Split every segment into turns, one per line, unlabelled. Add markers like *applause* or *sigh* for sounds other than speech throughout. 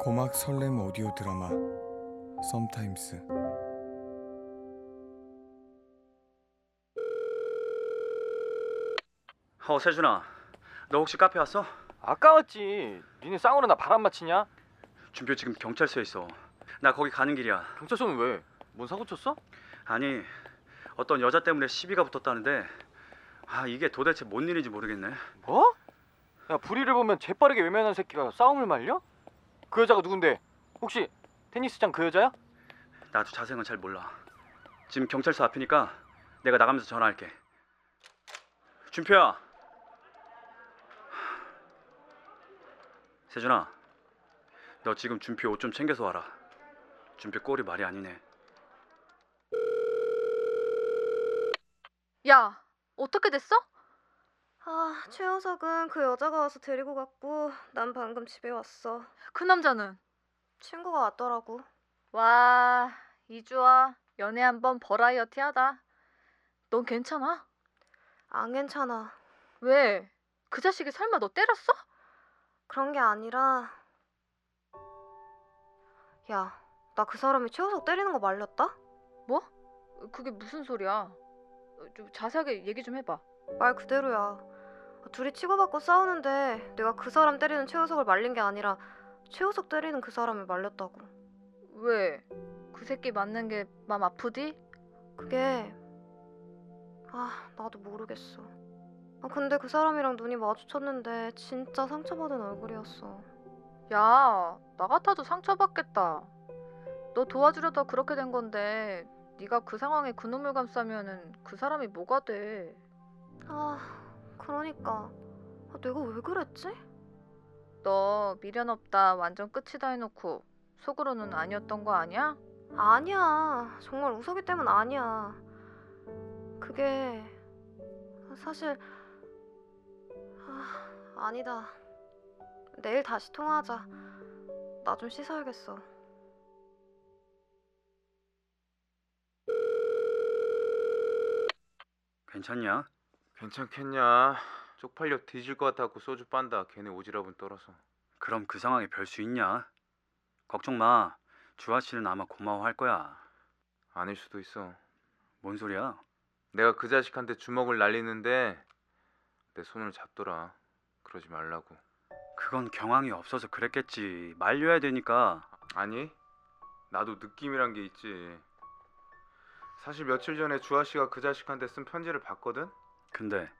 고막 설렘 오디오 드라마 썸타임스
어 세준아 너 혹시 카페 왔어?
아까 왔지. 니네 쌍으로 나 바람 맞히냐?
준표 지금 경찰서에 있어 나 거기 가는 길이야
경찰서는 왜? 뭔 사고 쳤어?
아니 어떤 여자 때문에 시비가 붙었다는데 아 이게 도대체 뭔 일인지 모르겠네
뭐? 야 불의를 보면 재빠르게 외면한 새끼가 싸움을 말려? 그 여자가 누군데? 혹시 테니스장 그 여자야?
나도 자세한 건 잘 몰라 지금 경찰서 앞이니까 내가 나가면서 전화할게 준표야 세준아 너 지금 준표 옷 좀 챙겨서 와라 준표 꼴이 말이 아니네
야, 어떻게 됐어?
아, 최효석은 그 여자가 와서 데리고 갔고 난 방금 집에 왔어.
그 남자는?
친구가 왔더라고.
와, 이주아, 연애 한번 버라이어티 하다. 넌 괜찮아?
안 괜찮아.
왜? 그 자식이 설마 너 때렸어?
그런 게 아니라 야, 나 그 사람이 최효석 때리는 거 말렸다?
그게 무슨 소리야? 어, 좀 자세하게 얘기 좀 해봐.
말 그대로야. 둘이 치고받고 싸우는데 내가 그 사람 때리는 최효석을 말린 게 아니라 최효석 때리는 그 사람을 말렸다고.
왜? 그 새끼 맞는 게 맘 아프디?
그게 아, 나도 모르겠어. 아, 근데 그 사람이랑 눈이 마주쳤는데 진짜 상처받은 얼굴이었어.
야, 나 같아도 상처받겠다. 너 도와주려다 그렇게 된 건데 네가 그 상황에 그놈을 감싸면은 그 사람이 뭐가 돼?
아, 그러니까 아, 내가 왜 그랬지?
너 미련 없다 완전 끝이다 해놓고 속으로는 아니었던 거 아니야?
아니야, 정말 우석이 때문 아니야. 그게 사실 아, 아니다. 내일 다시 통화하자. 나 좀 씻어야겠어.
괜찮냐?
괜찮겠냐? 쪽팔려 뒤질 것 같아갖고 소주 빤다. 걔네 오지랖은 떨어서.
그럼 그 상황에 별 수 있냐? 걱정 마. 주아 씨는 아마 고마워할 거야.
아닐 수도 있어.
뭔 소리야?
내가 그 자식한테 주먹을 날리는데 내 손을 잡더라. 그러지 말라고.
그건 경황이 없어서 그랬겠지. 말려야 되니까.
아니, 나도 느낌이란 게 있지. 사실 며칠 전에 주아 씨가 그 자식한테 쓴 편지를 봤거든?
근데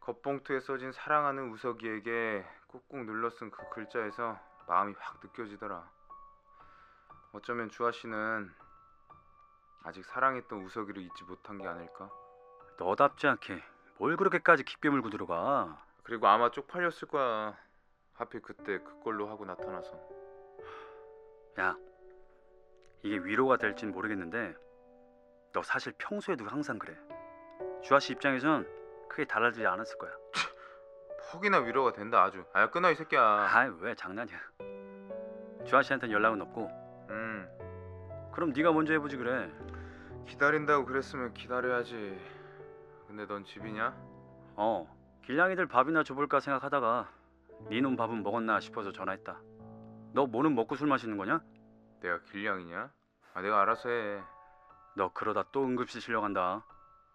겉봉투에 써진 사랑하는 우석이에게 꾹꾹 눌러 쓴 그 글자에서 마음이 확 느껴지더라. 어쩌면 주아 씨는 아직 사랑했던 우석이를 잊지 못한 게 아닐까?
너답지 않게 뭘 그렇게까지 깊게 물고 들어가?
그리고 아마 쪽팔렸을 거야. 하필 그때 그걸로 하고 나타나서.
야, 이게 위로가 될진 모르겠는데 너 사실 평소에도 항상 그래. 주아 씨 입장에선 크게 달라지지 않았을 거야.
퍽이나 위로가 된다 아주. 아야 끊어 이 새끼야.
아이 왜 장난이야. 주아 씨한테는 연락은 없고
음
그럼 네가 먼저 해보지 그래.
기다린다고 그랬으면 기다려야지. 근데 넌 집이냐?
어, 길냥이들 밥이나 줘볼까 생각하다가 네 니놈 밥은 먹었나 싶어서 전화했다. 너 뭐는 먹고 술 마시는 거냐?
내가 길냥이냐? 아 내가 알아서 해.
너 그러다 또 응급실 실려간다.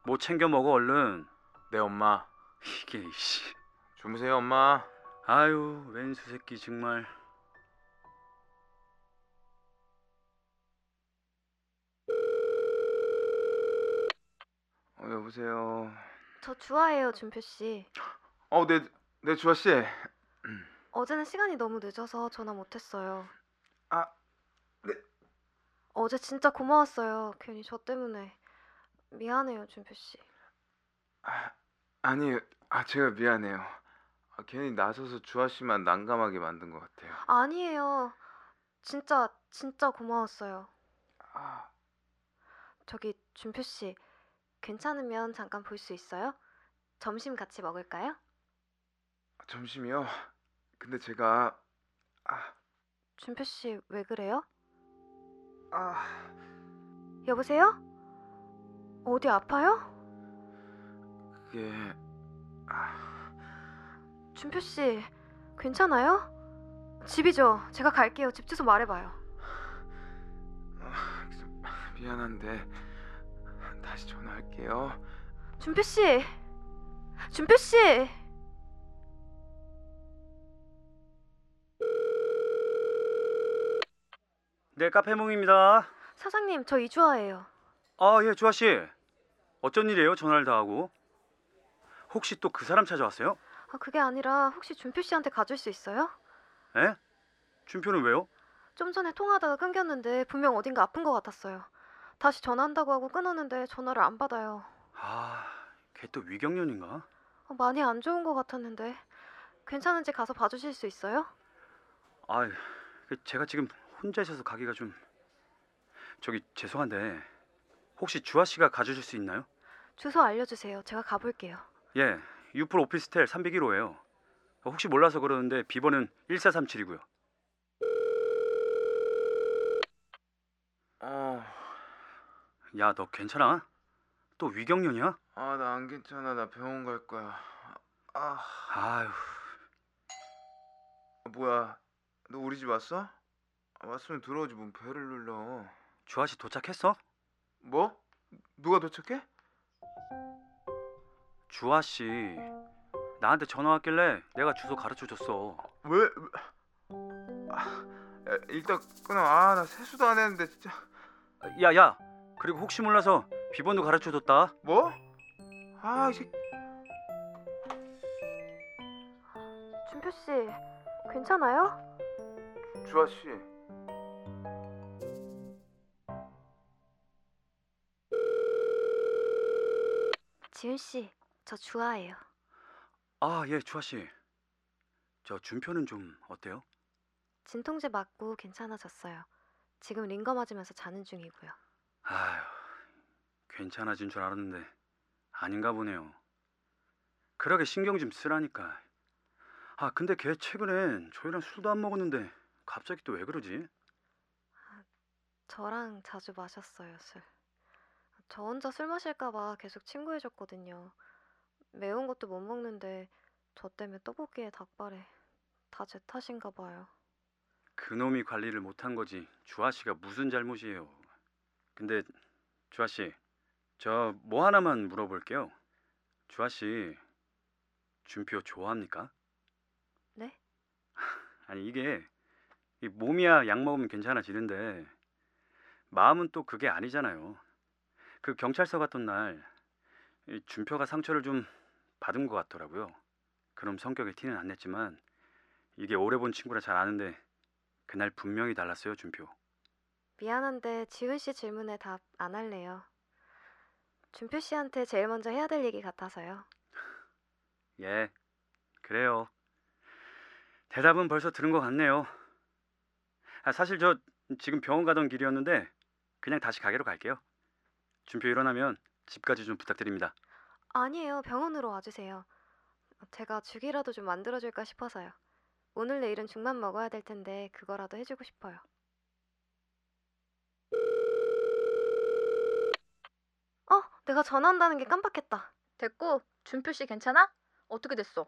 뭐 챙겨 먹어 얼른.
내 네, 엄마.
이게 이씨.
주무세요 엄마.
아유, 웬수 새끼 정말.
어, 여보세요.
저 주아예요, 준표 씨.
어, 네, 네 주아 씨.
어제는 시간이 너무 늦어서 전화 못했어요.
아, 네.
어제 진짜 고마웠어요. 괜히 저 때문에 미안해요, 준표 씨.
아, 아니, 아 제가 미안해요. 아, 괜히 나서서 주아 씨만 난감하게 만든 것 같아요.
아니에요. 진짜 진짜 고마웠어요.
아,
저기 준표 씨 괜찮으면 잠깐 볼 수 있어요? 점심 같이 먹을까요?
점심이요. 근데 제가 아,
준표 씨 왜 그래요?
아,
여보세요? 어디 아파요?
그게 아,
준표 씨 괜찮아요? 집이죠. 제가 갈게요. 집 주소 말해봐요.
미안한데 다시 전화할게요.
준표 씨, 준표 씨.
네, 카페몽입니다.
사장님, 저 이주아예요.
아, 예, 주아 씨. 어쩐 일이에요? 전화를 다 하고. 혹시 또 그 사람 찾아왔어요?
아, 그게 아니라 혹시 준표 씨한테 가줄 수 있어요?
에? 준표는 왜요?
좀 전에 통화하다가 끊겼는데 분명 어딘가 아픈 것 같았어요. 다시 전화한다고 하고 끊었는데 전화를 안 받아요.
아, 걔 또 위경련인가?
어, 많이 안 좋은 것 같았는데 괜찮은지 가서 봐주실 수 있어요?
아, 그 제가 지금 혼자 있어서 가기가 좀 저기 죄송한데 혹시 주아 씨가 가주실 수 있나요?
주소 알려주세요. 제가 가볼게요.
예, 유풀 오피스텔 301호예요. 혹시 몰라서 그러는데 비번은 1437이고요.
어,
야, 너 괜찮아? 또 위경련이야?
아 나 안 괜찮아. 나 병원 갈 거야. 아,
아휴,
뭐야? 너 우리 집 왔어? 아, 왔으면 들어오지 뭔 배를 눌러.
주아 씨 도착했어?
뭐? 누가 도착해?
주아 씨 나한테 전화 왔길래 내가 주소 가르쳐 줬어.
왜? 왜- 아, 야, 일단 끊어. 아, 나 세수도 안 했는데 진짜.
야, 야. 그리고 혹시 몰라서 비번도 가르쳐 줬다.
뭐? 아, 이 새끼.
준표 씨, 괜찮아요?
주아 씨.
지은 씨, 저 주아예요.
아, 예, 주아 씨. 저 준표는 좀 어때요?
진통제 맞고 괜찮아졌어요. 지금 링거 맞으면서 자는 중이고요.
아휴, 괜찮아진 줄 알았는데 아닌가 보네요. 그러게 신경 좀 쓰라니까. 아, 근데 걔 최근엔 저희랑 술도 안 먹었는데 갑자기 또 왜 그러지?
저랑 자주 마셨어요, 술. 저 혼자 술 마실까봐 계속 친구해줬거든요. 매운 것도 못 먹는데 저 때문에 떡볶이에 닭발에 다 제 탓인가 봐요.
그놈이 관리를 못한 거지. 주아 씨가 무슨 잘못이에요. 근데 주아 씨, 저 뭐 하나만 물어볼게요. 주아 씨, 준표 좋아합니까?
네?
*laughs* 아니 이게 이 몸이야 약 먹으면 괜찮아지는데 마음은 또 그게 아니잖아요. 그 경찰서 갔던 날이 준표가 상처를 좀 받은 것 같더라고요. 그럼 성격에 티는 안 냈지만 이게 오래 본 친구라 잘 아는데 그날 분명히 달랐어요, 준표.
미안한데 지훈 씨 질문에 답 안 할래요. 준표 씨한테 제일 먼저 해야 될 얘기 같아서요.
예, 그래요. 대답은 벌써 들은 것 같네요. 아, 사실 저 지금 병원 가던 길이었는데 그냥 다시 가게로 갈게요. 준표 일어나면 집까지 좀 부탁드립니다.
아니에요. 병원으로 와주세요. 제가 죽이라도 좀 만들어줄까 싶어서요. 오늘 내일은 죽만 먹어야 될 텐데 그거라도 해주고 싶어요. 어, 내가 전화한다는 게 깜빡했다.
됐고 준표 씨 괜찮아? 어떻게 됐어?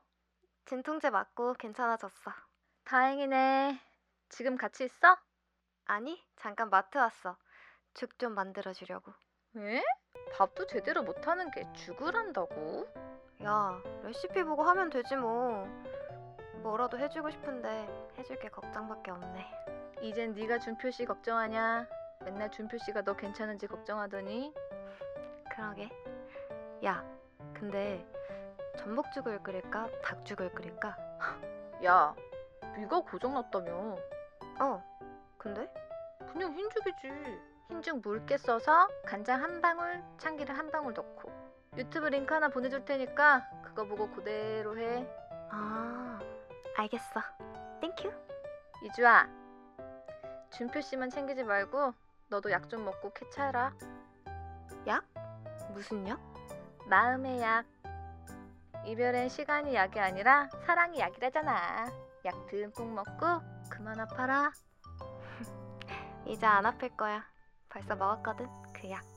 진통제 맞고 괜찮아졌어.
다행이네. 지금 같이 있어?
아니, 잠깐 마트 왔어. 죽 좀 만들어주려고.
에? 밥도 제대로 못하는 게 죽으란다고?
야, 레시피 보고 하면 되지 뭐. 뭐라도 해주고 싶은데 해줄 게 걱정밖에 없네.
이젠 네가 준표 씨 걱정하냐? 맨날 준표 씨가 너 괜찮은지 걱정하더니
그러게. 야, 근데 전복죽을 끓일까? 닭죽을 끓일까?
야, 네가 고장났다며.
어. 근데?
그냥 흰죽이지. 흰죽 묽게 써서 간장 한 방울, 참기름 한 방울 넣고 유튜브 링크 하나 보내줄 테니까 그거 보고 그대로 해.
아, 알겠어. 땡큐.
이주아, 준표 씨만 챙기지 말고 너도 약 좀 먹고 캐차해라.
무슨 약?
마음의 약. 이별엔 시간이 약이 아니라 사랑이 약이라잖아. 약 듬뿍 먹고 그만 아파라.
이제 안 아플 거야. 벌써 먹었거든, 그 약.